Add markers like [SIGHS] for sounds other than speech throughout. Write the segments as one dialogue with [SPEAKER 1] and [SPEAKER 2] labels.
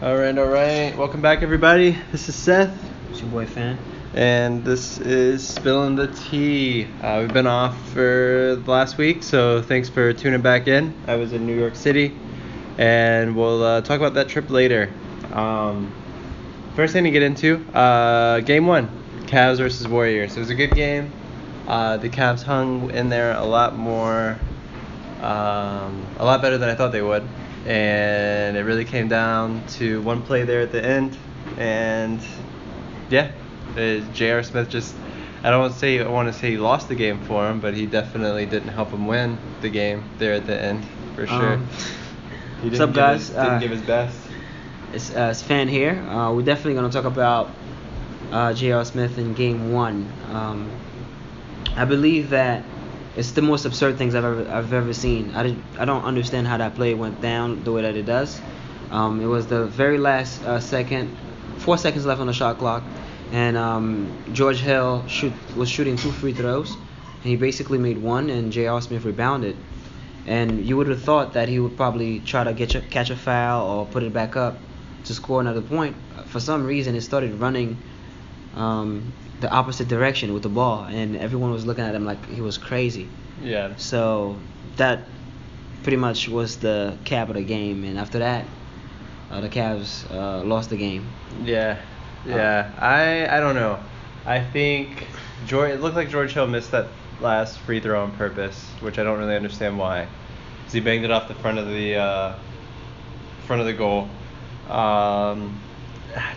[SPEAKER 1] All right, all right. Welcome back, everybody. This is Seth,
[SPEAKER 2] It's your boy Fan.
[SPEAKER 1] and this is Spilling the Tea. Uh, we've been off for the last week, so thanks for tuning back in. I was in New York City, and we'll uh, talk about that trip later. Um, first thing to get into uh, game one Cavs versus Warriors. It was a good game. Uh, the Cavs hung in there a lot more, um, a lot better than I thought they would. And it really came down to one play there at the end. And yeah, uh, J.R. Smith just, I don't want to say, I want to say he lost the game for him, but he definitely didn't help him win the game there at the end, for sure. he
[SPEAKER 2] Um, what's
[SPEAKER 1] didn't
[SPEAKER 2] up,
[SPEAKER 1] give
[SPEAKER 2] guys?
[SPEAKER 1] His, didn't
[SPEAKER 2] Uh,
[SPEAKER 1] give his best.
[SPEAKER 2] It's, uh, it's Fan here. Uh, we're definitely going to talk about uh, J.R. Smith in game one. Um, I believe that it's the most absurd things I've ever, I've ever seen. I, didn't, I don't understand how that play went down the way that it does. Um, it was the very last uh, second, four seconds left on the shot clock, and um, George Hill shoot, was shooting two free throws, and he basically made one, and J.R. Smith rebounded. And you would have thought that he would probably try to get your, catch a foul or put it back up to score another point. For some reason, it started running um, the opposite direction with the ball, and everyone was looking at him like he was crazy.
[SPEAKER 1] Yeah.
[SPEAKER 2] So that pretty much was the cap of the game, and after that, uh, the Cavs uh, lost the game.
[SPEAKER 1] Yeah, yeah. I I don't know. I think George. It looked like George Hill missed that last free throw on purpose, which I don't really understand why. 'Cause he banged it off the front of the uh, front of the goal. Um,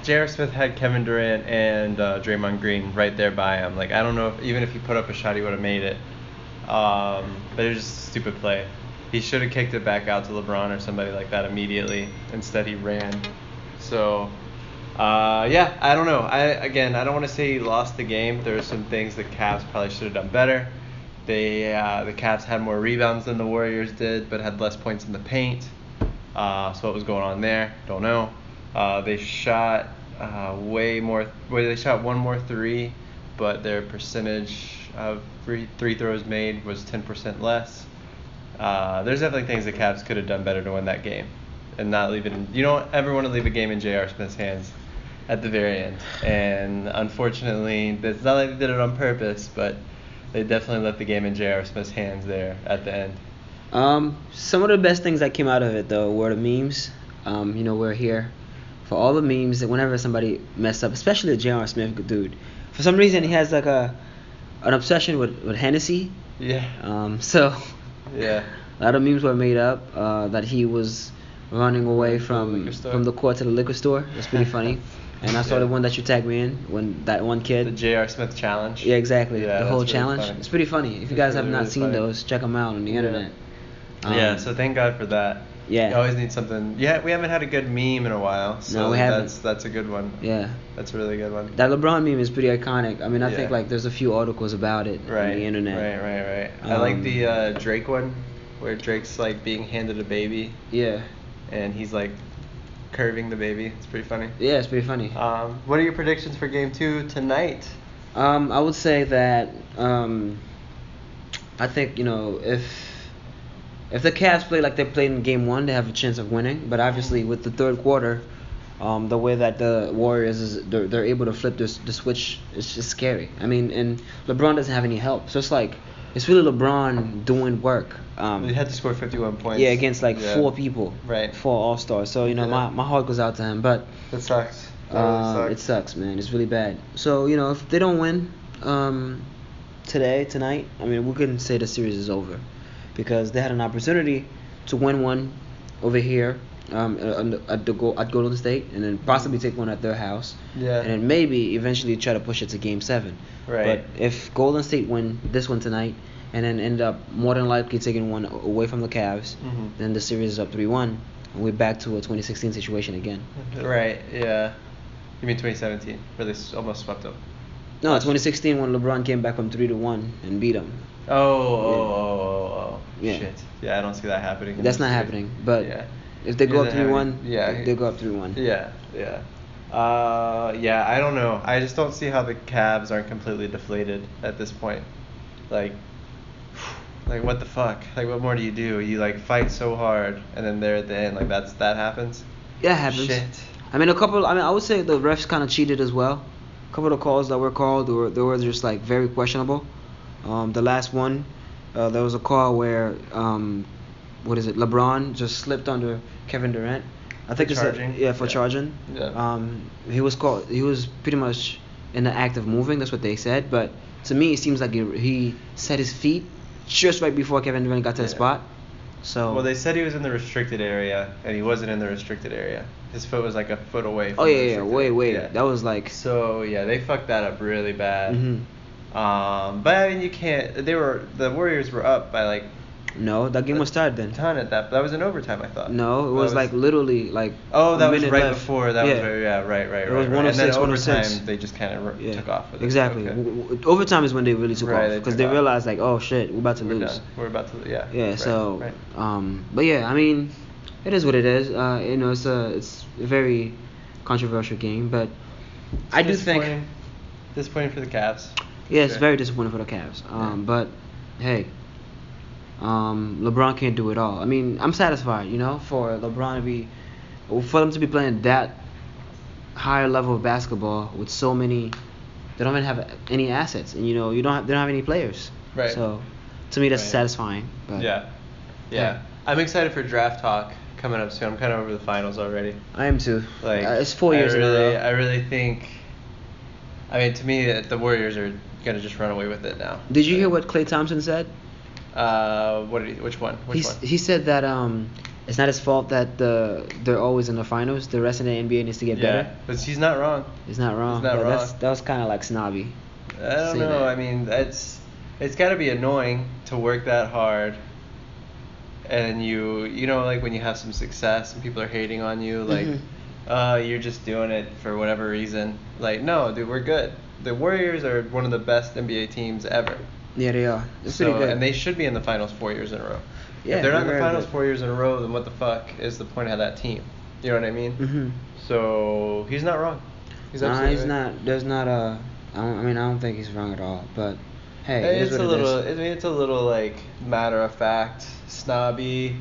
[SPEAKER 1] J.R. Smith had Kevin Durant and uh, Draymond Green right there by him. Like I don't know if even if he put up a shot, he would have made it. Um, but it was just a stupid play. He should have kicked it back out to LeBron or somebody like that immediately. Instead, he ran. So, uh, yeah, I don't know. I again, I don't want to say he lost the game. There are some things the Cavs probably should have done better. They uh, the Cavs had more rebounds than the Warriors did, but had less points in the paint. Uh, so what was going on there? Don't know. Uh, they shot uh, way more. Well, they shot one more three, but their percentage of free three throws made was 10% less. Uh, there's definitely things the Cavs could have done better to win that game, and not leave it. In, you don't ever want to leave a game in J.R. Smith's hands at the very end. And unfortunately, it's not like they did it on purpose, but they definitely left the game in J.R. Smith's hands there at the end.
[SPEAKER 2] Um, some of the best things that came out of it though were the memes. Um, you know, we're here for all the memes that whenever somebody messed up, especially the J.R. Smith dude. For some reason, he has like a an obsession with with Hennessy.
[SPEAKER 1] Yeah.
[SPEAKER 2] Um, [LAUGHS] so
[SPEAKER 1] yeah.
[SPEAKER 2] a lot of memes were made up uh, that he was running away from
[SPEAKER 1] liquor store.
[SPEAKER 2] from the court to the liquor store. That's pretty
[SPEAKER 1] [LAUGHS]
[SPEAKER 2] funny. And I saw the
[SPEAKER 1] Yeah.
[SPEAKER 2] one that you tagged me in when that one kid.
[SPEAKER 1] The J.R. Smith challenge.
[SPEAKER 2] Yeah, exactly.
[SPEAKER 1] Yeah,
[SPEAKER 2] the
[SPEAKER 1] that's
[SPEAKER 2] whole
[SPEAKER 1] really
[SPEAKER 2] challenge.
[SPEAKER 1] funny.
[SPEAKER 2] It's pretty funny. If you
[SPEAKER 1] It's
[SPEAKER 2] guys have
[SPEAKER 1] really,
[SPEAKER 2] not
[SPEAKER 1] really
[SPEAKER 2] seen
[SPEAKER 1] funny.
[SPEAKER 2] those, check them out on the
[SPEAKER 1] Yeah.
[SPEAKER 2] internet.
[SPEAKER 1] yeah,
[SPEAKER 2] Um,
[SPEAKER 1] so thank God for that.
[SPEAKER 2] yeah.
[SPEAKER 1] You always need something. Yeah, we haven't had a good meme in a while. So
[SPEAKER 2] we haven't.
[SPEAKER 1] That's that's a good one.
[SPEAKER 2] Yeah.
[SPEAKER 1] That's a really good one.
[SPEAKER 2] That LeBron meme is pretty iconic. I mean, I
[SPEAKER 1] Yeah.
[SPEAKER 2] think like there's a few articles about it
[SPEAKER 1] right.
[SPEAKER 2] on the internet.
[SPEAKER 1] Right, right, right. I like
[SPEAKER 2] Um,
[SPEAKER 1] the uh, Drake one, where Drake's like being handed a baby,
[SPEAKER 2] Yeah.
[SPEAKER 1] and he's like curving the baby. It's pretty funny.
[SPEAKER 2] Yeah, it's pretty funny.
[SPEAKER 1] Um, what are your predictions for Game Two tonight?
[SPEAKER 2] Um, I would say that um, I think you know if if the Cavs play like they played in Game One, they have a chance of winning. But obviously, with the third quarter, um, the way that the Warriors is they're, they're able to flip this the switch is just scary. I mean, and LeBron doesn't have any help, so it's like it's really LeBron doing work. Um,
[SPEAKER 1] They had to score 51 points.
[SPEAKER 2] yeah, against like
[SPEAKER 1] Yeah.
[SPEAKER 2] four people,
[SPEAKER 1] Right.
[SPEAKER 2] Four All Stars. So you know,
[SPEAKER 1] Yeah.
[SPEAKER 2] my, my heart goes out to him, but.
[SPEAKER 1] That sucks. That really
[SPEAKER 2] Uh, it sucks, man. It's really bad. So you know, if they don't win um, today, tonight, I mean, we couldn't say the series is over because they had an opportunity to win one over here um, at, at the Go- at Golden State, and then possibly take one at their house,
[SPEAKER 1] Mm-hmm. Yeah.
[SPEAKER 2] and then maybe eventually try to push it to Game Seven.
[SPEAKER 1] Right.
[SPEAKER 2] But if Golden State win this one tonight, and then end up more than likely taking one away from the Cavs,
[SPEAKER 1] Mhm.
[SPEAKER 2] then the series is up 3-1, and we're back to a 2016 situation again.
[SPEAKER 1] Right. Yeah. You mean 2017, where they s- almost swept them?
[SPEAKER 2] No, 2016 when LeBron came back from three to one and beat him.
[SPEAKER 1] Oh, oh, oh, oh, oh.
[SPEAKER 2] Yeah.
[SPEAKER 1] Shit. Yeah, I don't see that happening. in
[SPEAKER 2] That's
[SPEAKER 1] this
[SPEAKER 2] not
[SPEAKER 1] year.
[SPEAKER 2] happening, but
[SPEAKER 1] yeah.
[SPEAKER 2] if they go
[SPEAKER 1] Yeah,
[SPEAKER 2] up
[SPEAKER 1] that
[SPEAKER 2] three one,
[SPEAKER 1] happened. Yeah.
[SPEAKER 2] yeah, they go up three one.
[SPEAKER 1] Yeah, yeah. Uh, yeah, I don't know. I just don't see how the Cavs aren't completely deflated at this point. Like, [SIGHS] like what the fuck? Like, what more do you do? You like fight so hard, and then there at the end, like that's that happens.
[SPEAKER 2] Yeah, it happens.
[SPEAKER 1] Shit.
[SPEAKER 2] I mean, a couple. I mean, I would say the refs kind of cheated as well. A couple of the calls that were called were they were just like very questionable. Um, the last one, uh, there was a call where um, what is it? LeBron just slipped under Kevin Durant. I think it's a-
[SPEAKER 1] charging?
[SPEAKER 2] yeah for
[SPEAKER 1] Yeah.
[SPEAKER 2] charging.
[SPEAKER 1] Yeah.
[SPEAKER 2] Um, he was called. He was pretty much in the act of moving. That's what they said. But to me, it seems like he, he set his feet just right before Kevin Durant got to the
[SPEAKER 1] Yeah.
[SPEAKER 2] spot. So
[SPEAKER 1] Well, they said he was in the restricted area, and he wasn't in the restricted area. His foot was like a foot away. From
[SPEAKER 2] Oh
[SPEAKER 1] the
[SPEAKER 2] yeah, yeah,
[SPEAKER 1] restricted
[SPEAKER 2] wait,
[SPEAKER 1] area.
[SPEAKER 2] wait.
[SPEAKER 1] Yeah.
[SPEAKER 2] That was like.
[SPEAKER 1] So yeah, they fucked that up really bad.
[SPEAKER 2] Mhm.
[SPEAKER 1] Um, but I mean, you can't. They were the Warriors were up by like
[SPEAKER 2] No, that game was tied then.
[SPEAKER 1] a ton at that. That was an overtime, I thought.
[SPEAKER 2] No, it
[SPEAKER 1] That
[SPEAKER 2] was, like literally like.
[SPEAKER 1] Oh,
[SPEAKER 2] a
[SPEAKER 1] that was
[SPEAKER 2] minute
[SPEAKER 1] right
[SPEAKER 2] left.
[SPEAKER 1] before. That
[SPEAKER 2] yeah.
[SPEAKER 1] was right, yeah, right, right,
[SPEAKER 2] It
[SPEAKER 1] right.
[SPEAKER 2] was
[SPEAKER 1] right. And then
[SPEAKER 2] 106, 106.
[SPEAKER 1] overtime, they just kind of
[SPEAKER 2] Yeah.
[SPEAKER 1] took off with it.
[SPEAKER 2] exactly.
[SPEAKER 1] Okay.
[SPEAKER 2] W- w- Overtime is when they really took
[SPEAKER 1] Right,
[SPEAKER 2] off
[SPEAKER 1] they
[SPEAKER 2] because
[SPEAKER 1] took
[SPEAKER 2] they
[SPEAKER 1] off.
[SPEAKER 2] realized like, oh shit, we're about to
[SPEAKER 1] We're
[SPEAKER 2] lose.
[SPEAKER 1] done. We're about to. Yeah.
[SPEAKER 2] Yeah.
[SPEAKER 1] right,
[SPEAKER 2] so,
[SPEAKER 1] right.
[SPEAKER 2] um, but yeah, I mean, it is what it is. Uh, you know, it's a it's a very controversial game, but I do think
[SPEAKER 1] Disappointing. Disappointing for the Cavs.
[SPEAKER 2] yeah, it's
[SPEAKER 1] Sure.
[SPEAKER 2] very disappointing for the Cavs. Um,
[SPEAKER 1] Yeah.
[SPEAKER 2] but hey, um, LeBron can't do it all. I mean, I'm satisfied, you know, for LeBron to be, for them to be playing that higher level of basketball with so many, they don't even have any assets, and you know, you don't have, they don't have any players.
[SPEAKER 1] Right.
[SPEAKER 2] So, to me, that's
[SPEAKER 1] Right.
[SPEAKER 2] satisfying. But
[SPEAKER 1] Yeah. Yeah.
[SPEAKER 2] Yeah.
[SPEAKER 1] I'm excited for draft talk coming up soon. I'm kind of over the finals already.
[SPEAKER 2] I am too.
[SPEAKER 1] Like
[SPEAKER 2] Uh, it's four
[SPEAKER 1] I
[SPEAKER 2] years
[SPEAKER 1] really,
[SPEAKER 2] in a row.
[SPEAKER 1] I really think. I mean, to me, that the Warriors are gonna just run away with it now.
[SPEAKER 2] Did you
[SPEAKER 1] So,
[SPEAKER 2] hear what Clay Thompson said?
[SPEAKER 1] Uh, what? Did he, which one? Which
[SPEAKER 2] He's,
[SPEAKER 1] one?
[SPEAKER 2] he said that um, it's not his fault that the they're always in the finals. The rest of the NBA needs to get
[SPEAKER 1] yeah,
[SPEAKER 2] better.
[SPEAKER 1] but he's not wrong.
[SPEAKER 2] It's not wrong.
[SPEAKER 1] not
[SPEAKER 2] but That's,
[SPEAKER 1] wrong.
[SPEAKER 2] that was kind of like snobby.
[SPEAKER 1] I don't
[SPEAKER 2] See
[SPEAKER 1] know.
[SPEAKER 2] that.
[SPEAKER 1] I mean, that's it's got to be annoying to work that hard, and you you know like when you have some success and people are hating on you like,
[SPEAKER 2] Mhm.
[SPEAKER 1] uh, you're just doing it for whatever reason. Like no, dude, we're good. The Warriors are one of the best NBA teams ever.
[SPEAKER 2] Yeah, they are. It's
[SPEAKER 1] so
[SPEAKER 2] pretty good.
[SPEAKER 1] and they should be in the finals four years in a row.
[SPEAKER 2] Yeah,
[SPEAKER 1] if they're not in
[SPEAKER 2] they're
[SPEAKER 1] the
[SPEAKER 2] very
[SPEAKER 1] finals
[SPEAKER 2] good.
[SPEAKER 1] four years in a row, then what the fuck is the point of that team? You know what I mean?
[SPEAKER 2] hmm
[SPEAKER 1] So he's not wrong. He's
[SPEAKER 2] nah,
[SPEAKER 1] absolutely
[SPEAKER 2] he's
[SPEAKER 1] right.
[SPEAKER 2] not. There's not a. I, don't, I mean, I don't think he's wrong at all. But hey,
[SPEAKER 1] Uh,
[SPEAKER 2] it is
[SPEAKER 1] it's a
[SPEAKER 2] what it is.
[SPEAKER 1] little. I mean, it's a little like matter of fact, snobby,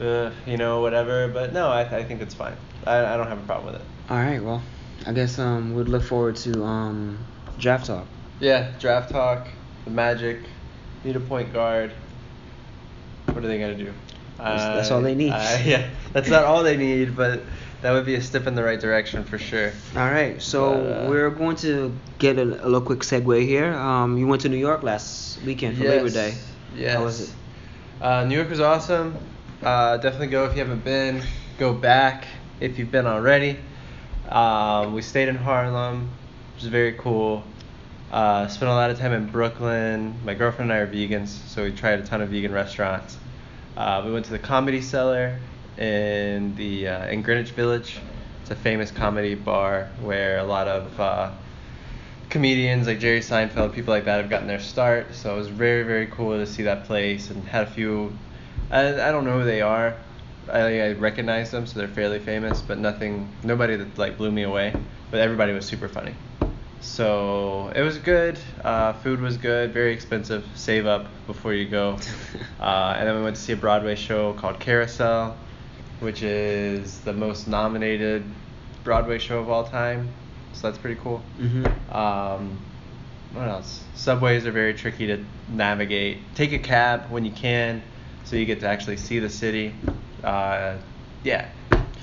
[SPEAKER 1] uh, you know, whatever. But no, I, I think it's fine. I, I don't have a problem with it.
[SPEAKER 2] All right. Well, I guess um we'd look forward to um draft talk.
[SPEAKER 1] Yeah, draft talk, the Magic, need a point guard. What are they gonna do?
[SPEAKER 2] That's- that's all they need.
[SPEAKER 1] I- [LAUGHS] yeah, that's not all they need, but that would be a step in the right direction for sure.
[SPEAKER 2] All right. So
[SPEAKER 1] But, uh,
[SPEAKER 2] we're going to get a, a little quick segue here. Um, you went to New York last weekend for Labor Day.
[SPEAKER 1] Yes.
[SPEAKER 2] How was it?
[SPEAKER 1] Uh, New York was awesome. Uh, definitely go if you haven't been. Go back if you've been already. Um, we stayed in Harlem, which is very cool. Uh, spent a lot of time in Brooklyn. My girlfriend and I are vegans, so we tried a ton of vegan restaurants. Uh, we went to the Comedy Cellar in the uh, in Greenwich Village. It's a famous comedy bar where a lot of uh, comedians like Jerry Seinfeld, people like that have gotten their start. So it was very, very cool to see that place and had a few. I, I don't know who they are. I, I recognize them, so they're fairly famous, but nothing, nobody that like blew me away. But everybody was super funny. So it was good. Uh, food was good. Very expensive. Save up before you go. Uh, and then we went to see a Broadway show called Carousel, which is the most nominated Broadway show of all time. So that's pretty cool.
[SPEAKER 2] hmm
[SPEAKER 1] Um, what else? Subways are very tricky to navigate. Take a cab when you can, so you get to actually see the city. Uh, yeah,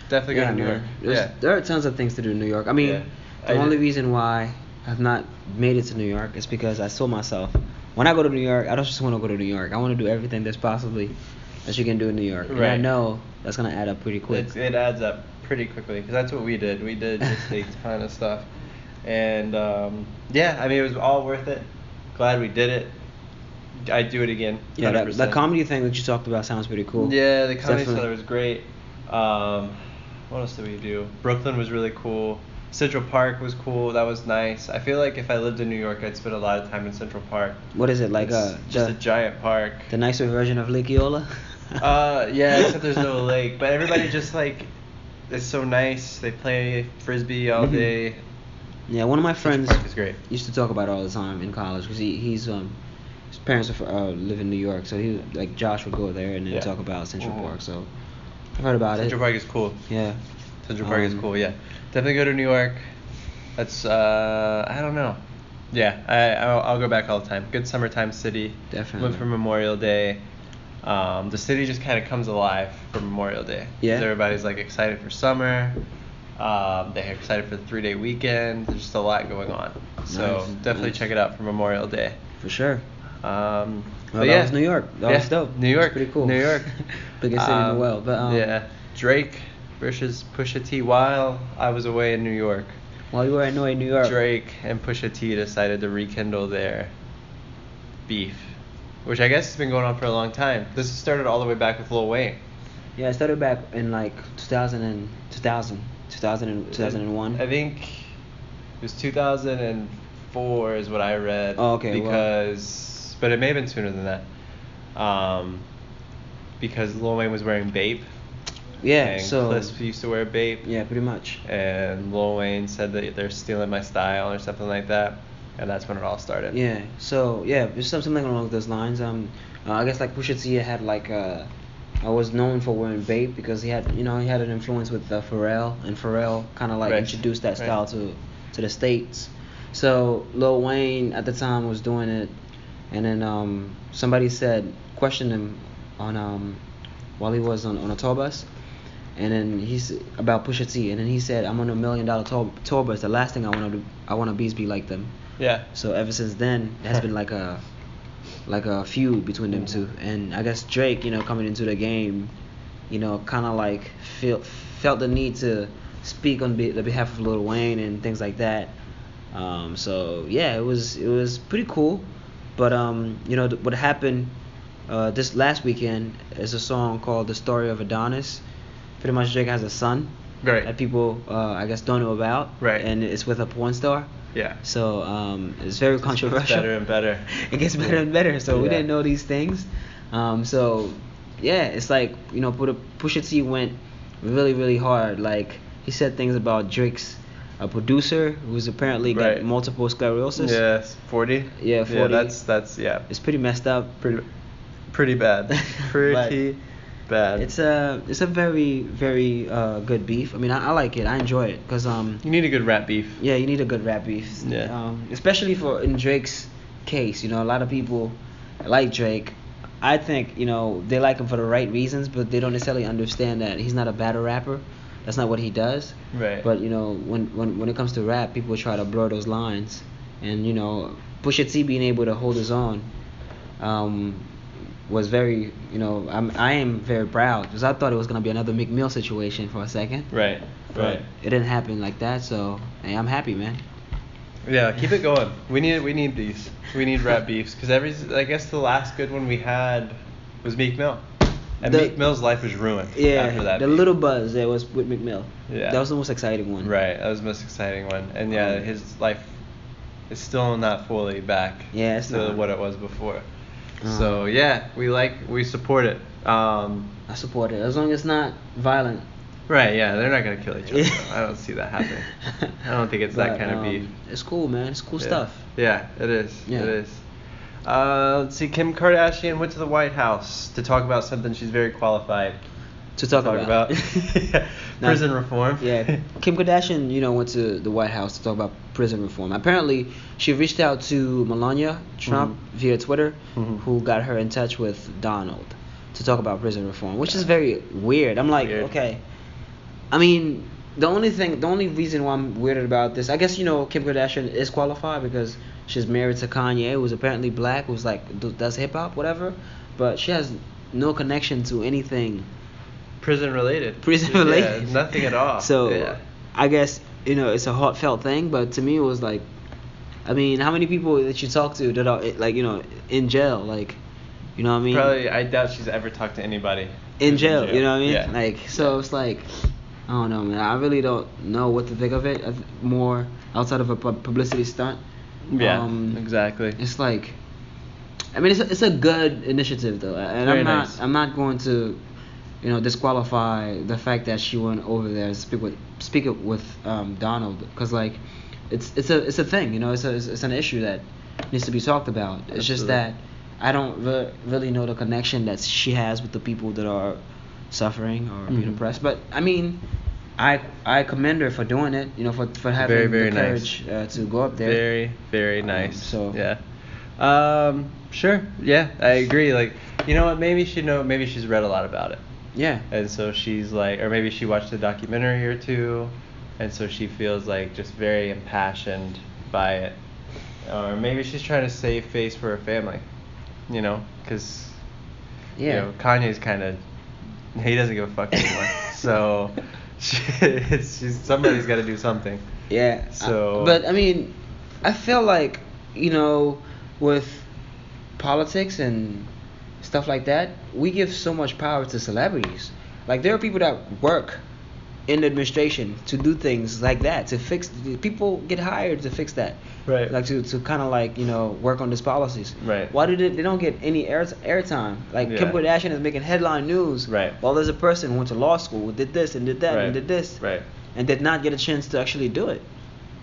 [SPEAKER 1] definitely go to New York.
[SPEAKER 2] There's,
[SPEAKER 1] Yeah.
[SPEAKER 2] There are tons of things to do in New York. I mean,
[SPEAKER 1] Yeah.
[SPEAKER 2] the
[SPEAKER 1] I
[SPEAKER 2] only
[SPEAKER 1] did-
[SPEAKER 2] reason why I've not made it to New York is because I saw myself. When I go to New York, I don't just want to go to New York. I want to do everything that's possibly that you can do in New York. And I
[SPEAKER 1] Right.
[SPEAKER 2] know that's gonna add up pretty quick.
[SPEAKER 1] It's, it adds up pretty quickly because that's what we did. We
[SPEAKER 2] [LAUGHS]
[SPEAKER 1] did just a ton of stuff, and um, yeah, I mean it was all worth it. Glad we did it. I'd do it again.
[SPEAKER 2] yeah, that, that
[SPEAKER 1] 100%.
[SPEAKER 2] comedy thing that you talked about sounds pretty cool.
[SPEAKER 1] Yeah, the comedy
[SPEAKER 2] Definitely.
[SPEAKER 1] cellar was great. Um, what else did we do? Brooklyn was really cool. Central Park was cool. That was nice. I feel like if I lived in New York, I'd spend a lot of time in Central Park.
[SPEAKER 2] What is it like?
[SPEAKER 1] It's
[SPEAKER 2] Uh,
[SPEAKER 1] just
[SPEAKER 2] the,
[SPEAKER 1] a giant park.
[SPEAKER 2] the nicer version of Lake Eola?
[SPEAKER 1] [LAUGHS] uh, yeah, except there's
[SPEAKER 2] [LAUGHS]
[SPEAKER 1] no lake. But everybody just like, it's so nice. They play frisbee all
[SPEAKER 2] Mhm.
[SPEAKER 1] day.
[SPEAKER 2] Yeah, one of my
[SPEAKER 1] Central
[SPEAKER 2] friends
[SPEAKER 1] Park is great.
[SPEAKER 2] used to talk about it all the time in college because he, he's um his parents are, fr- uh, live in New York, so he like Josh would go there and then
[SPEAKER 1] Yeah.
[SPEAKER 2] talk about Central
[SPEAKER 1] Mhm.
[SPEAKER 2] Park. So I've heard about
[SPEAKER 1] Central
[SPEAKER 2] it.
[SPEAKER 1] Park is cool.
[SPEAKER 2] Yeah,
[SPEAKER 1] Central Park is
[SPEAKER 2] Um,
[SPEAKER 1] cool. Yeah, definitely go to New York. That's uh, I don't know. Yeah, I I'll, I'll go back all the time. Good summertime city.
[SPEAKER 2] Definitely.
[SPEAKER 1] Went for Memorial Day. Um, the city just kind of comes alive for Memorial Day. 'Cause
[SPEAKER 2] Yeah.
[SPEAKER 1] Everybody's like excited for summer. Um, they're excited for the three-day weekend. There's just a lot going on. So
[SPEAKER 2] Nice,
[SPEAKER 1] definitely
[SPEAKER 2] nice.
[SPEAKER 1] check it out for Memorial Day.
[SPEAKER 2] For sure.
[SPEAKER 1] Um,
[SPEAKER 2] Well,
[SPEAKER 1] but
[SPEAKER 2] Oh, that
[SPEAKER 1] yeah.
[SPEAKER 2] was New York. That
[SPEAKER 1] yeah.
[SPEAKER 2] was dope.
[SPEAKER 1] New
[SPEAKER 2] It was
[SPEAKER 1] York.
[SPEAKER 2] pretty cool.
[SPEAKER 1] New York.
[SPEAKER 2] [LAUGHS] Biggest city in the world, but, um,
[SPEAKER 1] yeah, Drake versus Pusha T. While I was away in New York,
[SPEAKER 2] While you were in New York.
[SPEAKER 1] Drake and Pusha T. decided to rekindle their beef, which I guess has been going on for a long time. This started all the way back with Lil Wayne.
[SPEAKER 2] Yeah, I started back in like 2000 and 2000, 2000 and 2001.
[SPEAKER 1] I think it was 2004 is what I read.
[SPEAKER 2] Oh, okay, well-
[SPEAKER 1] Because, but it may have been sooner than that. Um, because Lil Wayne was wearing Bape.
[SPEAKER 2] Yeah,
[SPEAKER 1] and
[SPEAKER 2] so
[SPEAKER 1] Cliff used to wear Bape.
[SPEAKER 2] yeah, pretty much.
[SPEAKER 1] And Lil Wayne said that they're stealing my style or something like that, and that's when it all started.
[SPEAKER 2] Yeah. So yeah, there's some- something along those lines. Um, uh, I guess like Pusha T had like uh, I was known for wearing Bape because he had you know he had an influence with uh, Pharrell and Pharrell kind of like
[SPEAKER 1] Right.
[SPEAKER 2] introduced that
[SPEAKER 1] Right.
[SPEAKER 2] style to to the states. So Lil Wayne at the time was doing it, and then um somebody said questioned him on um while he was on on a tour bus. And then he's about Pusha T, and then he said, "I'm on a million dollar tour, tour bus. The last thing I want to, I want to be is be like them."
[SPEAKER 1] Yeah.
[SPEAKER 2] So ever since then, there has been like a like a feud between them two, and I guess Drake, you know, coming into the game, you know, kind of like felt felt the need to speak on be- the behalf of Lil Wayne and things like that. Um, so yeah, it was it was pretty cool, but um, you know, th- what happened uh, this last weekend is a song called "The Story of Adonis." Pretty much, Drake has a son
[SPEAKER 1] Right.
[SPEAKER 2] that people, uh, I guess, don't know about,
[SPEAKER 1] Right.
[SPEAKER 2] And it's with a porn star.
[SPEAKER 1] yeah.
[SPEAKER 2] So um, it's very controversial.
[SPEAKER 1] It's better and better.
[SPEAKER 2] [LAUGHS] It gets better and better. So we
[SPEAKER 1] Yeah.
[SPEAKER 2] didn't know these things. Um, so yeah, it's like you know, Pusha, Pusha T went really, really hard. Like he said things about Drake's a producer who's apparently got
[SPEAKER 1] Right.
[SPEAKER 2] multiple sclerosis.
[SPEAKER 1] Yeah, it's 40.
[SPEAKER 2] Yeah, 40.
[SPEAKER 1] that's that's yeah.
[SPEAKER 2] It's pretty messed up.
[SPEAKER 1] pretty pretty
[SPEAKER 2] [LAUGHS]
[SPEAKER 1] bad. pretty bad.
[SPEAKER 2] It's a it's a very very uh, good beef. I mean, I, I like it. I enjoy it because um
[SPEAKER 1] you need a good rap beef.
[SPEAKER 2] Yeah, you need a good rap beef.
[SPEAKER 1] Yeah.
[SPEAKER 2] Um, especially for in Drake's case, you know, a lot of people like Drake. I think you know they like him for the right reasons, but they don't necessarily understand that he's not a battle rapper. That's not what he does.
[SPEAKER 1] Right.
[SPEAKER 2] But you know, when when when it comes to rap, people try to blur those lines, and you know, Pusha T being able to hold his own, um, was very you know I'm I am very proud because I thought it was gonna be another McMill situation for a second.
[SPEAKER 1] Right.
[SPEAKER 2] But
[SPEAKER 1] Right.
[SPEAKER 2] it didn't happen like that, so hey, I'm happy, man.
[SPEAKER 1] Yeah, keep it going. We need we need these. We need rap beefs because every I guess the last good one we had was Meek Mill, and
[SPEAKER 2] The-
[SPEAKER 1] Meek Mill's life was ruined
[SPEAKER 2] Yeah,
[SPEAKER 1] after that.
[SPEAKER 2] the
[SPEAKER 1] beef.
[SPEAKER 2] little buzz that was with McMill.
[SPEAKER 1] Yeah.
[SPEAKER 2] That was the most exciting one.
[SPEAKER 1] Right, that was the most exciting one, and yeah,
[SPEAKER 2] Um,
[SPEAKER 1] his life is still not fully back
[SPEAKER 2] Yeah, it's
[SPEAKER 1] to
[SPEAKER 2] not.
[SPEAKER 1] what it was before.
[SPEAKER 2] Um,
[SPEAKER 1] so yeah, we like we support it. Um,
[SPEAKER 2] I support it as long as it's not violent.
[SPEAKER 1] right, yeah, they're not gonna kill each
[SPEAKER 2] [LAUGHS]
[SPEAKER 1] other. I don't see that happening. I don't think it's that
[SPEAKER 2] But,
[SPEAKER 1] kind of
[SPEAKER 2] um,
[SPEAKER 1] beef.
[SPEAKER 2] It's cool, man. It's cool
[SPEAKER 1] Yeah.
[SPEAKER 2] stuff.
[SPEAKER 1] Yeah, it is.
[SPEAKER 2] Yeah.
[SPEAKER 1] It is. Uh, let's see. Kim Kardashian went to the White House to talk about something she's very qualified
[SPEAKER 2] To talk, about. [LAUGHS]
[SPEAKER 1] [LAUGHS]
[SPEAKER 2] Now-
[SPEAKER 1] prison reform.
[SPEAKER 2] Yeah, Kim Kardashian, you know, went to the White House to talk about prison reform. Apparently, she reached out to Melania Trump
[SPEAKER 1] Mhm.
[SPEAKER 2] via Twitter,
[SPEAKER 1] Mhm.
[SPEAKER 2] who got her in touch with Donald to talk about prison reform, which is very weird. I'm like,
[SPEAKER 1] Weird.
[SPEAKER 2] okay. I mean, the only thing, the only reason why I'm weirded about this, I guess you know, Kim Kardashian is qualified because she's married to Kanye, who's apparently black, who's like do- does hip hop, whatever, but she has no connection to anything
[SPEAKER 1] [LAUGHS] prison related.
[SPEAKER 2] prison
[SPEAKER 1] Yeah,
[SPEAKER 2] related.
[SPEAKER 1] nothing at all.
[SPEAKER 2] [LAUGHS] So
[SPEAKER 1] Oh, yeah.
[SPEAKER 2] I guess you know it's a heartfelt thing, but to me it was like, I mean, how many people that you talk to that are eh, like you know in jail, like, you know what I mean?
[SPEAKER 1] probably I doubt she's ever talked to anybody
[SPEAKER 2] in
[SPEAKER 1] who's
[SPEAKER 2] jail, You know what I mean?
[SPEAKER 1] Yeah.
[SPEAKER 2] Like so it's like, I don't know, man. I really don't know what to think of it. I th- More outside of a pub- publicity stunt.
[SPEAKER 1] yeah,
[SPEAKER 2] um,
[SPEAKER 1] exactly.
[SPEAKER 2] It's like, I mean, it's a, it's a good initiative though, and
[SPEAKER 1] Very
[SPEAKER 2] I'm not
[SPEAKER 1] nice.
[SPEAKER 2] I'm not going to, you know, disqualify the fact that she went over there to speak with speak it with um, Donald, because like, it's it's a it's a thing, you know, it's a it's, it's an issue that needs to be talked about. It's just
[SPEAKER 1] Absolutely.
[SPEAKER 2] that I don't re- really know the connection that she has with the people that are suffering or being
[SPEAKER 1] Mhm.
[SPEAKER 2] oppressed, but I mean. I I commend her for doing it. You know, for for having
[SPEAKER 1] Very, very
[SPEAKER 2] the
[SPEAKER 1] nice.
[SPEAKER 2] courage uh, to go up there.
[SPEAKER 1] Very, very
[SPEAKER 2] Um,
[SPEAKER 1] nice.
[SPEAKER 2] so-
[SPEAKER 1] yeah. Um, sure. Yeah, I agree. Like, you know what? Maybe she know. Maybe she's read a lot about it,
[SPEAKER 2] yeah.
[SPEAKER 1] and so she's like, or maybe she watched a documentary or two, and so she feels like just very impassioned by it, or maybe she's trying to save face for her family, you know, because
[SPEAKER 2] Yeah.
[SPEAKER 1] you know, Kanye's kind of he doesn't give a fuck
[SPEAKER 2] [LAUGHS]
[SPEAKER 1] anymore. so [LAUGHS] she, it's, she's somebody's got to do something.
[SPEAKER 2] Yeah. I-
[SPEAKER 1] So-
[SPEAKER 2] but I mean, I feel like you know, with politics and stuff like that, we give so much power to celebrities. Like there are people that work in administration to do things like that to fix. People get hired to fix that.
[SPEAKER 1] Right.
[SPEAKER 2] Like to, to kind of like you know work on these policies.
[SPEAKER 1] Right.
[SPEAKER 2] Why do they, they don't get any air airtime? Like
[SPEAKER 1] Yeah.
[SPEAKER 2] Kim Kardashian is making headline news.
[SPEAKER 1] Right.
[SPEAKER 2] Well, there's a person who went to law school, did this and did that
[SPEAKER 1] Right.
[SPEAKER 2] and did this
[SPEAKER 1] Right.
[SPEAKER 2] and did not get a chance to actually do it.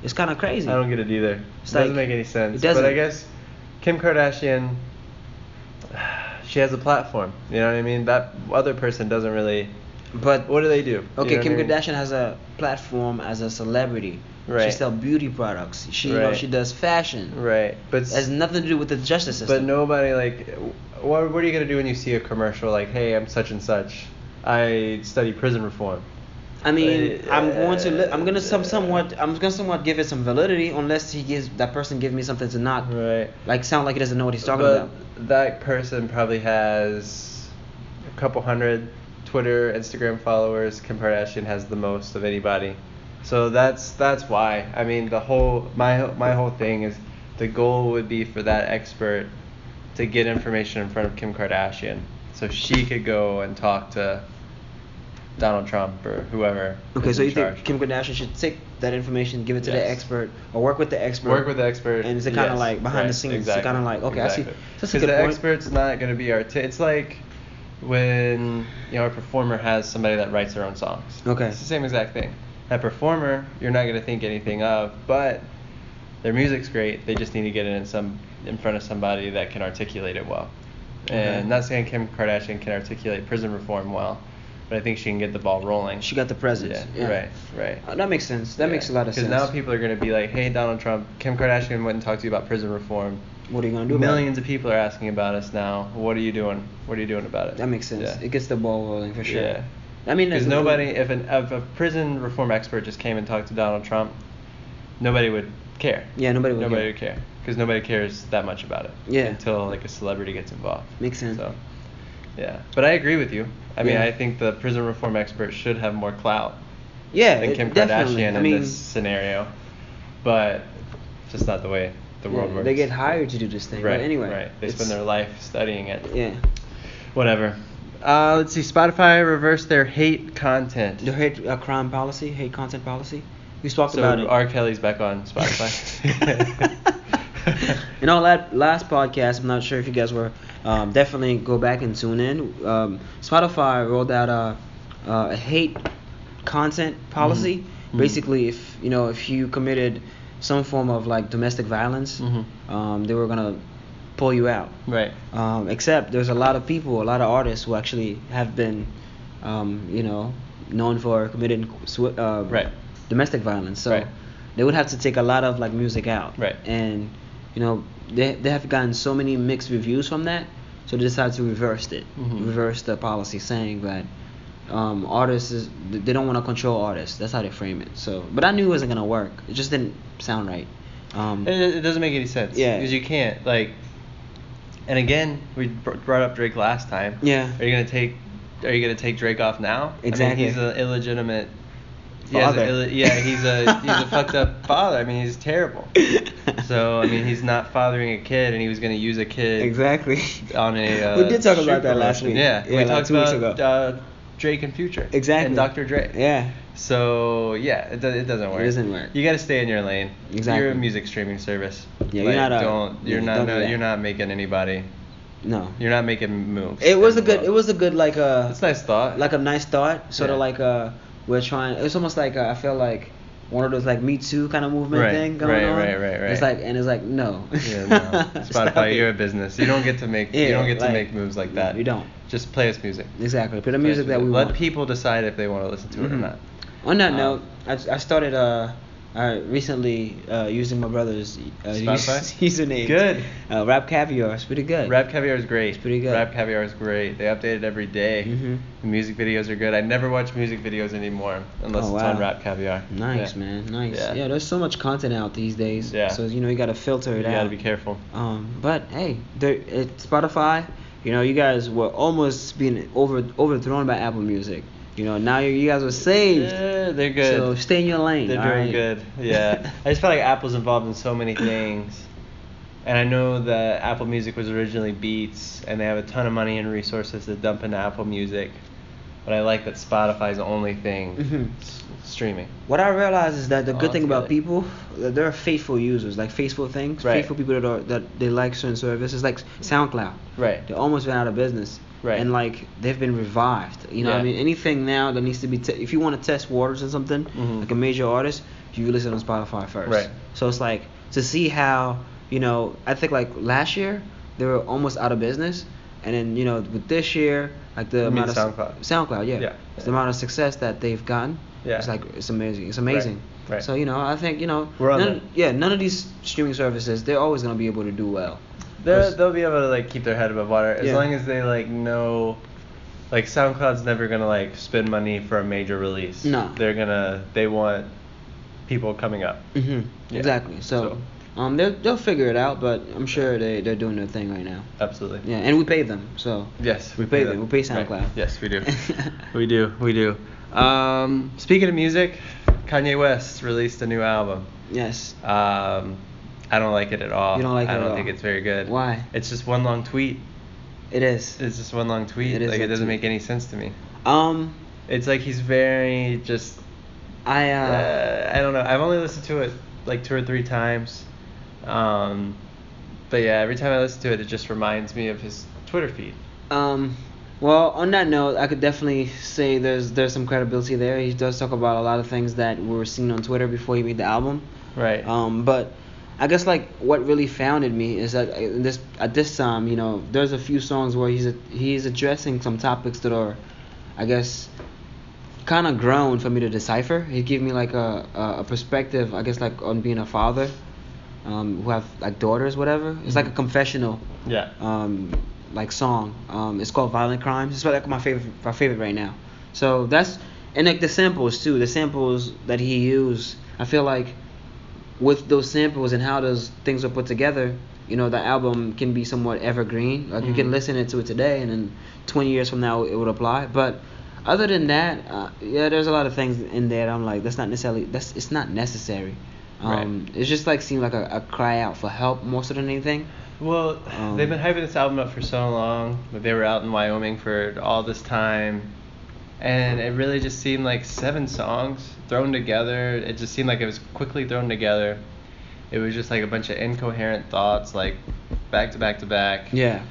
[SPEAKER 2] It's kind of crazy.
[SPEAKER 1] I don't get it either.
[SPEAKER 2] It's
[SPEAKER 1] it doesn't
[SPEAKER 2] like-
[SPEAKER 1] make any sense.
[SPEAKER 2] it doesn't.
[SPEAKER 1] But I guess Kim Kardashian, she has a platform. You know what I mean? That other person doesn't really.
[SPEAKER 2] But
[SPEAKER 1] What do they do? You
[SPEAKER 2] okay,
[SPEAKER 1] know
[SPEAKER 2] Kim
[SPEAKER 1] what I mean?
[SPEAKER 2] Kardashian has a platform as a celebrity. She
[SPEAKER 1] Right.
[SPEAKER 2] sells beauty products. She you know,
[SPEAKER 1] Right.
[SPEAKER 2] she does fashion.
[SPEAKER 1] Right, but
[SPEAKER 2] It has nothing to do with the justice
[SPEAKER 1] but
[SPEAKER 2] system.
[SPEAKER 1] nobody like. What, what are you gonna do when you see a commercial like, "Hey, I'm such and such. I study prison reform."
[SPEAKER 2] I mean,
[SPEAKER 1] Uh,
[SPEAKER 2] I'm going to li- I'm gonna some somewhat I'm gonna somewhat give it some validity unless he gives that person give me something to not
[SPEAKER 1] Right.
[SPEAKER 2] like sound like he doesn't know what he's talking
[SPEAKER 1] but
[SPEAKER 2] about.
[SPEAKER 1] that person probably has a couple hundred Twitter, Instagram followers. Kim Kardashian has the most of anybody. So that's that's why. I mean, the whole my my whole thing is the goal would be for that expert to get information in front of Kim Kardashian, so she could go and talk to Donald Trump or whoever.
[SPEAKER 2] Okay,
[SPEAKER 1] is
[SPEAKER 2] so
[SPEAKER 1] in
[SPEAKER 2] you think
[SPEAKER 1] charge.
[SPEAKER 2] Kim Kardashian should take that information, give it to the
[SPEAKER 1] Yes.
[SPEAKER 2] expert, or work with the expert?
[SPEAKER 1] Work with the expert.
[SPEAKER 2] And it's kind of
[SPEAKER 1] yes,
[SPEAKER 2] like behind
[SPEAKER 1] right,
[SPEAKER 2] the scenes.
[SPEAKER 1] exactly,
[SPEAKER 2] It's kind of like okay, I see.
[SPEAKER 1] exactly.
[SPEAKER 2] That's a
[SPEAKER 1] 'Cause
[SPEAKER 2] good
[SPEAKER 1] the
[SPEAKER 2] point.
[SPEAKER 1] expert's not going to be our. T- it's like when you know a performer has somebody that writes their own songs.
[SPEAKER 2] Okay.
[SPEAKER 1] It's the same exact thing. That performer, you're not going to think anything of, but their music's great. They just need to get it in some in front of somebody that can articulate it well.
[SPEAKER 2] Okay.
[SPEAKER 1] And not saying Kim Kardashian can articulate prison reform well, but I think she can get the ball rolling.
[SPEAKER 2] She got the presence. Yeah.
[SPEAKER 1] Right. Right.
[SPEAKER 2] Uh, that makes sense. That makes a lot of sense.
[SPEAKER 1] Because now people are going to be like, hey, Donald Trump, Kim Kardashian went and talked to you about prison reform.
[SPEAKER 2] what are you gonna do? about it?
[SPEAKER 1] Millions of people are asking about us now. What are you doing? What are you doing about it?
[SPEAKER 2] That makes sense. It gets the ball rolling for sure.
[SPEAKER 1] Yeah.
[SPEAKER 2] I mean,
[SPEAKER 1] Because
[SPEAKER 2] there's a-
[SPEAKER 1] nobody, if, an, if a prison reform expert just came and talked to Donald Trump, nobody would care.
[SPEAKER 2] Yeah, nobody would
[SPEAKER 1] Nobody
[SPEAKER 2] care.
[SPEAKER 1] would care. Because nobody cares that much about it.
[SPEAKER 2] Yeah.
[SPEAKER 1] Until like a celebrity gets involved.
[SPEAKER 2] Makes sense.
[SPEAKER 1] So, yeah. But I agree with you. I mean,
[SPEAKER 2] Yeah.
[SPEAKER 1] I think the prison reform expert should have more clout.
[SPEAKER 2] Yeah.
[SPEAKER 1] than
[SPEAKER 2] it-
[SPEAKER 1] Kim
[SPEAKER 2] definitely.
[SPEAKER 1] Kardashian
[SPEAKER 2] I mean,
[SPEAKER 1] in this scenario. But it's just not the way the world
[SPEAKER 2] yeah,
[SPEAKER 1] works.
[SPEAKER 2] They get hired to do this thing.
[SPEAKER 1] Right.
[SPEAKER 2] But anyway.
[SPEAKER 1] Right. They
[SPEAKER 2] it's-
[SPEAKER 1] spend their life studying it.
[SPEAKER 2] Yeah.
[SPEAKER 1] Whatever. Uh, let's see. Spotify reversed their hate content.
[SPEAKER 2] The hate uh, crime policy, hate content policy. We talked
[SPEAKER 1] so
[SPEAKER 2] about it.
[SPEAKER 1] R. Kelly's back on [LAUGHS] Spotify.
[SPEAKER 2] [LAUGHS] in our la- last podcast, I'm not sure if you guys were. Um, definitely go back and tune in. Um, Spotify rolled out a, a hate content policy.
[SPEAKER 1] Mhm.
[SPEAKER 2] Basically, if you know if you committed some form of like domestic violence,
[SPEAKER 1] Mhm.
[SPEAKER 2] um, they were gonna pull you out.
[SPEAKER 1] Right.
[SPEAKER 2] Um, except there's a lot of people, a lot of artists who actually have been, um, you know, known for committing swi- uh,
[SPEAKER 1] Right.
[SPEAKER 2] domestic violence. So
[SPEAKER 1] Right.
[SPEAKER 2] they would have to take a lot of like music out.
[SPEAKER 1] Right.
[SPEAKER 2] And you know they they have gotten so many mixed reviews from that, so they decided to reverse it,
[SPEAKER 1] Mhm.
[SPEAKER 2] reverse the policy, saying that um, artists is, they don't want to control artists. That's how they frame it. So, but I knew it wasn't gonna work. It just didn't sound right. Um,
[SPEAKER 1] It, it doesn't make any sense.
[SPEAKER 2] Yeah.
[SPEAKER 1] Because you can't like. And again, we br- brought up Drake last time.
[SPEAKER 2] Yeah.
[SPEAKER 1] Are you gonna take? Are you gonna take Drake off now?
[SPEAKER 2] Exactly.
[SPEAKER 1] I mean, he's an illegitimate. he has a
[SPEAKER 2] Father.
[SPEAKER 1] illi- yeah, he's a he's a
[SPEAKER 2] [LAUGHS]
[SPEAKER 1] fucked up father. I mean, he's terrible. So I mean, he's not fathering a kid, and he was gonna use a kid.
[SPEAKER 2] Exactly.
[SPEAKER 1] On
[SPEAKER 2] [LAUGHS]
[SPEAKER 1] a. Uh,
[SPEAKER 2] we did talk
[SPEAKER 1] shoe
[SPEAKER 2] about that last
[SPEAKER 1] promotion.
[SPEAKER 2] week.
[SPEAKER 1] Yeah.
[SPEAKER 2] yeah
[SPEAKER 1] we
[SPEAKER 2] like
[SPEAKER 1] talked
[SPEAKER 2] two
[SPEAKER 1] about
[SPEAKER 2] weeks ago.
[SPEAKER 1] Uh, Drake and Future.
[SPEAKER 2] exactly.
[SPEAKER 1] And Dr. Dre.
[SPEAKER 2] Yeah.
[SPEAKER 1] So yeah, it, do, it doesn't work.
[SPEAKER 2] doesn't work.
[SPEAKER 1] You got to stay in your lane.
[SPEAKER 2] Exactly.
[SPEAKER 1] You're a music streaming service.
[SPEAKER 2] Yeah, you're
[SPEAKER 1] Like,
[SPEAKER 2] not a-
[SPEAKER 1] Don't. You're
[SPEAKER 2] yeah,
[SPEAKER 1] not.
[SPEAKER 2] don't do
[SPEAKER 1] no,
[SPEAKER 2] that.
[SPEAKER 1] you're not making anybody.
[SPEAKER 2] No.
[SPEAKER 1] You're not making moves.
[SPEAKER 2] It was a
[SPEAKER 1] in the
[SPEAKER 2] good.
[SPEAKER 1] world.
[SPEAKER 2] It was a good like uh
[SPEAKER 1] It's a nice thought.
[SPEAKER 2] like a nice thought. Sort of
[SPEAKER 1] Yeah.
[SPEAKER 2] like uh we're trying. It's almost like uh, I feel like one of those like Me Too kind of movement
[SPEAKER 1] Right,
[SPEAKER 2] thing going
[SPEAKER 1] right,
[SPEAKER 2] on.
[SPEAKER 1] right, right,
[SPEAKER 2] It's
[SPEAKER 1] right.
[SPEAKER 2] like and it's like no.
[SPEAKER 1] [LAUGHS] yeah,
[SPEAKER 2] [LAUGHS]
[SPEAKER 1] no.
[SPEAKER 2] Stop
[SPEAKER 1] Spotify,
[SPEAKER 2] it.
[SPEAKER 1] you're a business. You don't get to make.
[SPEAKER 2] Yeah,
[SPEAKER 1] you don't get
[SPEAKER 2] like,
[SPEAKER 1] to make moves like that.
[SPEAKER 2] you don't.
[SPEAKER 1] Just play us music.
[SPEAKER 2] Exactly. Put the
[SPEAKER 1] Play us
[SPEAKER 2] music that we
[SPEAKER 1] Let
[SPEAKER 2] want.
[SPEAKER 1] people decide if they want to listen to it
[SPEAKER 2] Mhm.
[SPEAKER 1] or not.
[SPEAKER 2] On that
[SPEAKER 1] Um,
[SPEAKER 2] note, I, I started uh, I recently uh, using my brother's uh, [LAUGHS]
[SPEAKER 1] Spotify?
[SPEAKER 2] username.
[SPEAKER 1] Good.
[SPEAKER 2] Uh, Rap Caviar. It's pretty good.
[SPEAKER 1] Rap Caviar is great.
[SPEAKER 2] It's pretty good.
[SPEAKER 1] Rap Caviar is great. They update it every day.
[SPEAKER 2] Mhm.
[SPEAKER 1] The music videos are good. I never watch music videos anymore unless
[SPEAKER 2] Oh,
[SPEAKER 1] it's on
[SPEAKER 2] wow.
[SPEAKER 1] Rap Caviar.
[SPEAKER 2] Nice
[SPEAKER 1] Yeah.
[SPEAKER 2] man, nice.
[SPEAKER 1] Yeah.
[SPEAKER 2] Yeah. there's so much content out these days.
[SPEAKER 1] Yeah.
[SPEAKER 2] So you know you gotta filter it
[SPEAKER 1] You
[SPEAKER 2] out.
[SPEAKER 1] gotta be careful.
[SPEAKER 2] Um, but hey, there, it, Spotify, you know, you guys were almost being over overthrown by Apple Music. You know, now you, you guys are saved.
[SPEAKER 1] Yeah, they're good.
[SPEAKER 2] So stay in your lane.
[SPEAKER 1] They're
[SPEAKER 2] all
[SPEAKER 1] doing
[SPEAKER 2] right? [LAUGHS]
[SPEAKER 1] good. Yeah. I just feel like Apple's involved in so many things. And I know that Apple Music was originally Beats, and they have a ton of money and resources to dump into Apple Music. But I like that Spotify's only thing
[SPEAKER 2] Mhm.
[SPEAKER 1] s- streaming.
[SPEAKER 2] What I realize is
[SPEAKER 1] Oh,
[SPEAKER 2] that the good thing about
[SPEAKER 1] Altogether.
[SPEAKER 2] people, that they're faithful users, like faithful things,
[SPEAKER 1] Right.
[SPEAKER 2] faithful people that are that they like certain services, like SoundCloud.
[SPEAKER 1] Right.
[SPEAKER 2] They almost went out of business.
[SPEAKER 1] Right.
[SPEAKER 2] And like they've been revived. You know, what
[SPEAKER 1] Yeah.
[SPEAKER 2] I mean, anything now that needs to be, te- if you want to test waters or something,
[SPEAKER 1] Mhm.
[SPEAKER 2] like a major artist, you listen on Spotify first.
[SPEAKER 1] Right.
[SPEAKER 2] So it's like to see how you know, I think like last year they were almost out of business, and then you know with this year, like
[SPEAKER 1] You
[SPEAKER 2] the
[SPEAKER 1] mean
[SPEAKER 2] amount of
[SPEAKER 1] SoundCloud?
[SPEAKER 2] SoundCloud, yeah,
[SPEAKER 1] Yeah.
[SPEAKER 2] the amount of success that they've gotten.
[SPEAKER 1] Yeah.
[SPEAKER 2] It's like it's amazing. It's amazing.
[SPEAKER 1] right.
[SPEAKER 2] So you know, I think you know,
[SPEAKER 1] We're on
[SPEAKER 2] none,
[SPEAKER 1] that.
[SPEAKER 2] yeah, none of these streaming services, they're always gonna be able to do well.
[SPEAKER 1] They're,
[SPEAKER 2] 'Cause-
[SPEAKER 1] they'll be able to like keep their head above water as
[SPEAKER 2] Yeah.
[SPEAKER 1] long as they like know. Like SoundCloud's never gonna like spend money for a major release.
[SPEAKER 2] No.
[SPEAKER 1] They're gonna they want people coming up.
[SPEAKER 2] Mhm,
[SPEAKER 1] Yeah.
[SPEAKER 2] Exactly. So, um, they'll they'll figure it out, but I'm sure they they're doing their thing right now.
[SPEAKER 1] Absolutely.
[SPEAKER 2] Yeah, and we pay them, so.
[SPEAKER 1] Yes,
[SPEAKER 2] We pay them. We pay SoundCloud.
[SPEAKER 1] Right. Yes, we
[SPEAKER 2] [LAUGHS]
[SPEAKER 1] do. we do. We do. Um, speaking of music, Kanye West released a new album.
[SPEAKER 2] Yes.
[SPEAKER 1] Um, I don't like it at all.
[SPEAKER 2] You don't like
[SPEAKER 1] I
[SPEAKER 2] it at
[SPEAKER 1] don't
[SPEAKER 2] all.
[SPEAKER 1] think it's very good.
[SPEAKER 2] Why?
[SPEAKER 1] It's just one long tweet.
[SPEAKER 2] It is.
[SPEAKER 1] It's just one long tweet.
[SPEAKER 2] It is
[SPEAKER 1] like
[SPEAKER 2] a
[SPEAKER 1] it doesn't
[SPEAKER 2] tweet.
[SPEAKER 1] make any sense to me.
[SPEAKER 2] Um,
[SPEAKER 1] It's like he's very just.
[SPEAKER 2] I uh,
[SPEAKER 1] Uh, I don't know. I've only listened to it like two or three times. Um, but yeah, every time I listen to it, it just reminds me of his Twitter feed.
[SPEAKER 2] Um, well, on that note, I could definitely say there's there's some credibility there. He does talk about a lot of things that were seen on Twitter before he made the album.
[SPEAKER 1] Right.
[SPEAKER 2] Um, but I guess like what really founded me is that in this at this time, you know, there's a few songs where he's he's addressing some topics that are, I guess, kind of grown for me to decipher. He gave me like a, a a perspective, I guess, like on being a father, um, who have like daughters, whatever. It's like a confessional
[SPEAKER 1] yeah.
[SPEAKER 2] um, like song. Um, it's called Violent Crimes. It's like my favorite, my favorite right now. So that's and like the samples too. The samples that he used, I feel like with those samples and how those things are put together, you know, the album can be somewhat evergreen. Like you
[SPEAKER 1] Mhm.
[SPEAKER 2] can listen to it today, and then 20 years from now it would apply. But other than that, uh, yeah, there's a lot of things in there. That I'm like, that's not necessarily that's it's not necessary. Um, It's just like seemed like a, a cry out for help more so than anything.
[SPEAKER 1] Well,
[SPEAKER 2] Um,
[SPEAKER 1] they've been hyping this album up for so long, but they were out in Wyoming for all this time, and it really just seemed like seven songs thrown together. It just seemed like it was quickly thrown together. It was just like a bunch of incoherent thoughts, like back to back to back.
[SPEAKER 2] Yeah.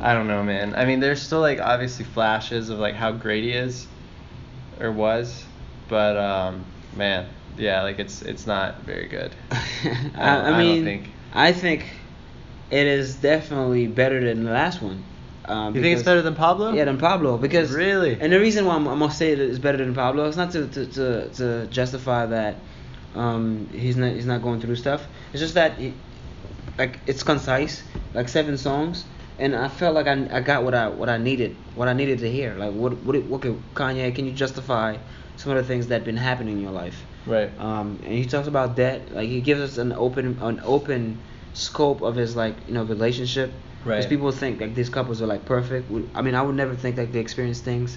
[SPEAKER 1] I don't know, man. I mean, there's still like obviously flashes of like how great he is, or was, but um, man, yeah, like it's it's not very good.
[SPEAKER 2] [LAUGHS]
[SPEAKER 1] I
[SPEAKER 2] I,
[SPEAKER 1] don't- I
[SPEAKER 2] I
[SPEAKER 1] don't
[SPEAKER 2] mean,
[SPEAKER 1] think.
[SPEAKER 2] I think it is definitely better than the last one. Um,
[SPEAKER 1] You think it's
[SPEAKER 2] because-
[SPEAKER 1] better than Pablo?
[SPEAKER 2] Yeah, than Pablo because
[SPEAKER 1] Really?
[SPEAKER 2] And the reason why I'm, I'm gonna say that it's better than Pablo is not to to, to, to justify that um, he's not he's not going through stuff. It's just that he, like it's concise, like seven songs, and I felt like I, I got what I what I needed, what I needed to hear. Like what what what could Kanye? Can you justify some of the things that been happening in your life?
[SPEAKER 1] Right.
[SPEAKER 2] um, and he talks about that. Like he gives us an open an open scope of his like you know relationship.
[SPEAKER 1] Right.
[SPEAKER 2] people think like these couples are like perfect. We- I mean, I would never think like they experience things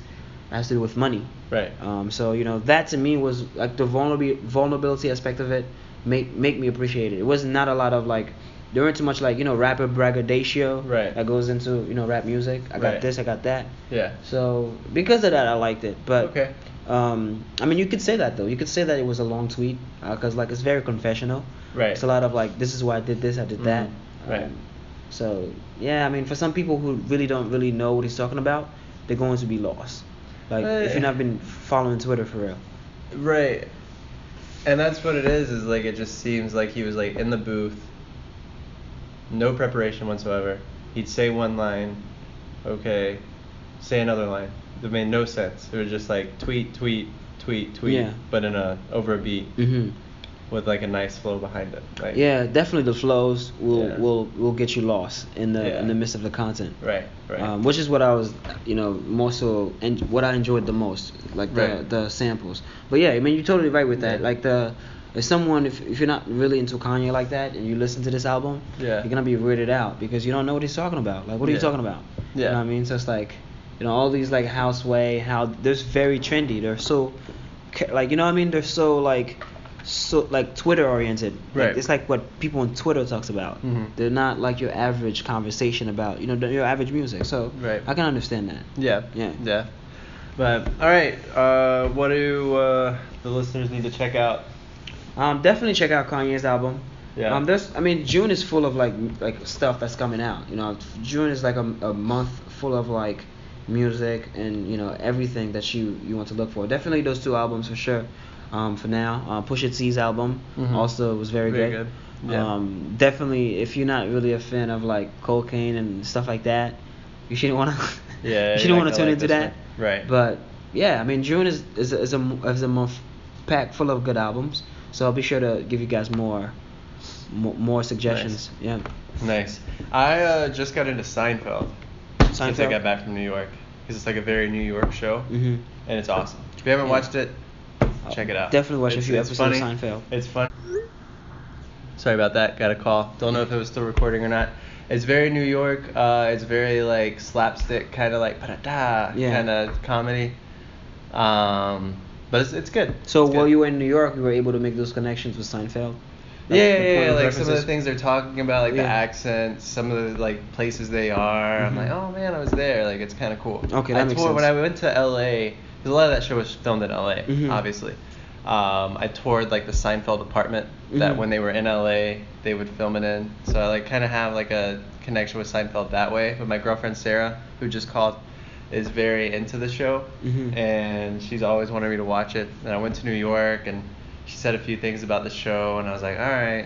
[SPEAKER 2] that has to do with money.
[SPEAKER 1] Right.
[SPEAKER 2] Um, so you know that to me was like the vulnerability vulnerability aspect of it make make me appreciate it. It was not a lot of like there weren't too much like you know rapper braggadocio
[SPEAKER 1] Right.
[SPEAKER 2] that goes into you know rap music. I got
[SPEAKER 1] Right.
[SPEAKER 2] this, I got that.
[SPEAKER 1] Yeah.
[SPEAKER 2] So because of that, I liked it. But
[SPEAKER 1] Okay.
[SPEAKER 2] um, I mean, you could say that though. You could say that it was a long tweet because like it's very confessional.
[SPEAKER 1] Right.
[SPEAKER 2] It's a lot of like, this is why I did this, I did that. Um,
[SPEAKER 1] Mhm. Right.
[SPEAKER 2] so yeah, I mean, for some people who really don't really know what he's talking about, they're going to be lost. Like
[SPEAKER 1] Eh.
[SPEAKER 2] if you've not been following Twitter for real.
[SPEAKER 1] Right. And that's what it is, is like it just seems like he was like in the booth, no preparation whatsoever. He'd say one line, okay, say another line. It made no sense. It was just like tweet, tweet, tweet, tweet,
[SPEAKER 2] Yeah.
[SPEAKER 1] but in a over a beat
[SPEAKER 2] hmm
[SPEAKER 1] with like a nice flow behind it. Like,
[SPEAKER 2] Yeah, definitely the flows will
[SPEAKER 1] Yeah.
[SPEAKER 2] will will get you lost in the in the
[SPEAKER 1] Yeah.
[SPEAKER 2] midst of the content.
[SPEAKER 1] Right, right.
[SPEAKER 2] Um, which is what I was, you know, more so, and what I enjoyed the most, like the,
[SPEAKER 1] Right.
[SPEAKER 2] the samples. But yeah, I mean, you're totally right with that.
[SPEAKER 1] Yeah.
[SPEAKER 2] Like the, if someone, if, if you're not really into Kanye like that, and you listen to this album,
[SPEAKER 1] Yeah.
[SPEAKER 2] you're gonna be weirded out because you don't know what he's talking about. Like, what are you
[SPEAKER 1] Yeah.
[SPEAKER 2] talking about? You
[SPEAKER 1] Yeah.
[SPEAKER 2] know what I mean? So it's like, you know, all these like house way, how they're very trendy. They're so, ca- like, you know what I mean? They're so like, so like Twitter oriented.
[SPEAKER 1] Right.
[SPEAKER 2] it's like what people on Twitter talks about.
[SPEAKER 1] Mhm.
[SPEAKER 2] They're not like your average conversation about, you know, the- your average music. So
[SPEAKER 1] Right.
[SPEAKER 2] I can understand that.
[SPEAKER 1] yeah,
[SPEAKER 2] yeah.
[SPEAKER 1] yeah. But all right, uh, what do uh, the listeners need to check out?
[SPEAKER 2] Um, definitely check out Kanye's album.
[SPEAKER 1] Yeah.
[SPEAKER 2] Um, there's, I mean, June is full of like m- like stuff that's coming out. You know, June is like a, a month full of like music and you know everything that you you want to look for. Definitely those two albums for sure. Um, for now, uh, Pusha T's album
[SPEAKER 1] Mhm.
[SPEAKER 2] also was very,
[SPEAKER 1] Very
[SPEAKER 2] good.
[SPEAKER 1] good. Yeah.
[SPEAKER 2] Um, definitely, if you're not really a fan of like cocaine and stuff like that, you shouldn't [LAUGHS] want to.
[SPEAKER 1] Yeah,
[SPEAKER 2] you
[SPEAKER 1] you're
[SPEAKER 2] shouldn't
[SPEAKER 1] not
[SPEAKER 2] want to
[SPEAKER 1] gonna
[SPEAKER 2] tune
[SPEAKER 1] like
[SPEAKER 2] into
[SPEAKER 1] this
[SPEAKER 2] that.
[SPEAKER 1] one. Right.
[SPEAKER 2] But yeah, I mean, June is is a, is a m- is a month packed full of good albums. So I'll be sure to give you guys more more, more suggestions. Yeah.
[SPEAKER 1] Nice. I uh, just got into Seinfeld, since I
[SPEAKER 2] Seinfeld?
[SPEAKER 1] got back from New York because it's like a very New York show,
[SPEAKER 2] Mhm.
[SPEAKER 1] and it's awesome. If you haven't
[SPEAKER 2] Yeah.
[SPEAKER 1] watched it, check it out.
[SPEAKER 2] Definitely watch a
[SPEAKER 1] It's-
[SPEAKER 2] few
[SPEAKER 1] it's
[SPEAKER 2] episodes of
[SPEAKER 1] funny.
[SPEAKER 2] Seinfeld.
[SPEAKER 1] It's fun. Sorry about that. Got a call. Don't know if it was still recording or not. It's very New York. Uh, it's very like slapstick, kind of like da
[SPEAKER 2] Yeah.
[SPEAKER 1] kind of comedy. Um, but it's, it's good.
[SPEAKER 2] So
[SPEAKER 1] It's
[SPEAKER 2] while
[SPEAKER 1] good.
[SPEAKER 2] you were in New York, you were able to make those connections with Seinfeld.
[SPEAKER 1] yeah,
[SPEAKER 2] Like, the
[SPEAKER 1] yeah,
[SPEAKER 2] point
[SPEAKER 1] yeah,
[SPEAKER 2] of
[SPEAKER 1] like some of the
[SPEAKER 2] references?
[SPEAKER 1] things they're talking about, like the
[SPEAKER 2] Yeah.
[SPEAKER 1] accents, some of the like places they are.
[SPEAKER 2] Mhm.
[SPEAKER 1] I'm like, oh man, I was there. Like it's kind of cool.
[SPEAKER 2] Okay,
[SPEAKER 1] I
[SPEAKER 2] that makes
[SPEAKER 1] toured, When I
[SPEAKER 2] sense.
[SPEAKER 1] went to LA, 'cause a lot of that show was filmed in LA,
[SPEAKER 2] Mhm.
[SPEAKER 1] obviously. Um, I toured like the Seinfeld apartment that
[SPEAKER 2] Mhm.
[SPEAKER 1] when they were in LA, they would film it in. So I like kind of have like a connection with Seinfeld that way. But my girlfriend Sarah, who just called, is very into the show,
[SPEAKER 2] Mhm.
[SPEAKER 1] and she's always wanted me to watch it. And I went to New York and. She said a few things about the show, and I was like, "All right,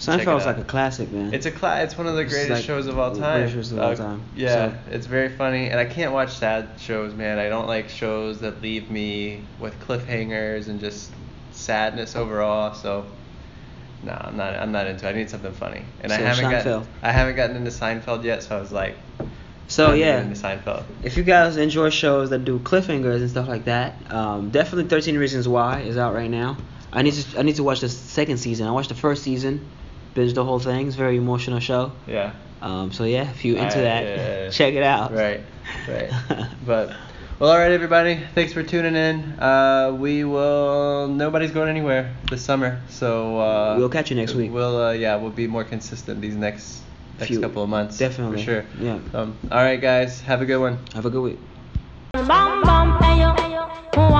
[SPEAKER 1] Check it
[SPEAKER 2] Seinfeld's like
[SPEAKER 1] out.
[SPEAKER 2] a classic, man.
[SPEAKER 1] It's a cla- It's one of the
[SPEAKER 2] It's
[SPEAKER 1] greatest
[SPEAKER 2] like
[SPEAKER 1] shows of all
[SPEAKER 2] the
[SPEAKER 1] time. Uh,
[SPEAKER 2] greatest shows of all time,
[SPEAKER 1] Yeah,
[SPEAKER 2] so-
[SPEAKER 1] it's very funny, and I can't watch sad shows, man. I don't like shows that leave me with cliffhangers and just sadness overall. So, no, I'm not. I'm not into. it. I need something funny, and I
[SPEAKER 2] So,
[SPEAKER 1] haven't
[SPEAKER 2] Seinfeld.
[SPEAKER 1] got. I haven't gotten into Seinfeld yet, so I was like.
[SPEAKER 2] so
[SPEAKER 1] I'm gonna get
[SPEAKER 2] yeah.
[SPEAKER 1] Into Seinfeld.
[SPEAKER 2] If you guys enjoy shows that do cliffhangers and stuff like that, um, definitely 13 Reasons Why is out right now. I need to I need to watch the second season. I watched the first season, binge the whole thing. It's a very emotional show.
[SPEAKER 1] Yeah.
[SPEAKER 2] Um, so yeah, if you into
[SPEAKER 1] I-
[SPEAKER 2] that,
[SPEAKER 1] yeah.
[SPEAKER 2] [LAUGHS] check it out.
[SPEAKER 1] Right. Right.
[SPEAKER 2] [LAUGHS]
[SPEAKER 1] but. Well, all right, everybody. Thanks for tuning in. Uh, we will. Nobody's going anywhere this summer, so uh,
[SPEAKER 2] We'll catch you next week.
[SPEAKER 1] We'll uh, yeah, we'll be more consistent these next next
[SPEAKER 2] Few-
[SPEAKER 1] couple of months.
[SPEAKER 2] definitely,
[SPEAKER 1] for sure.
[SPEAKER 2] yeah.
[SPEAKER 1] Um, all right, guys. Have a good one.
[SPEAKER 2] have a good week.
[SPEAKER 3] Bam bam, ayo. Who